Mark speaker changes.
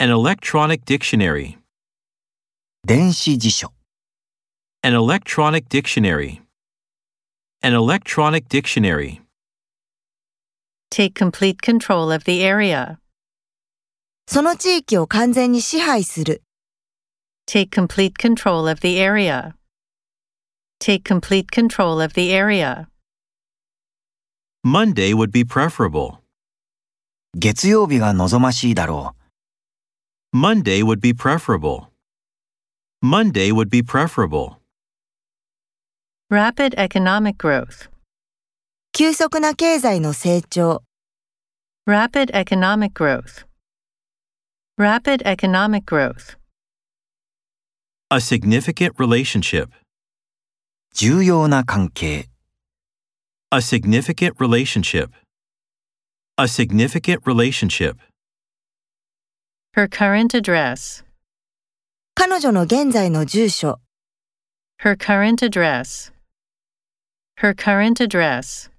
Speaker 1: An electronic dictionary.
Speaker 2: 電子辞書、
Speaker 1: An electronic dictionary. An electronic dictionary.
Speaker 3: Take complete control of the area.
Speaker 4: その地域を完全に支配する。
Speaker 3: Take complete control of the area. Take complete control of the area.
Speaker 1: Monday would be preferable.
Speaker 2: 月曜日が望ましいだろ
Speaker 1: Monday would be preferable. Monday would be preferable.
Speaker 3: Rapid economic growth.
Speaker 4: 急速な経済の成長。
Speaker 3: Rapid economic growth. Rapid economic growth.
Speaker 1: A significant relationship.
Speaker 2: う。重要な関係、
Speaker 1: A significant relationship. A significant relationship.
Speaker 3: Her current address.
Speaker 4: 彼女の現在の住所。
Speaker 3: Her current address. Her current address.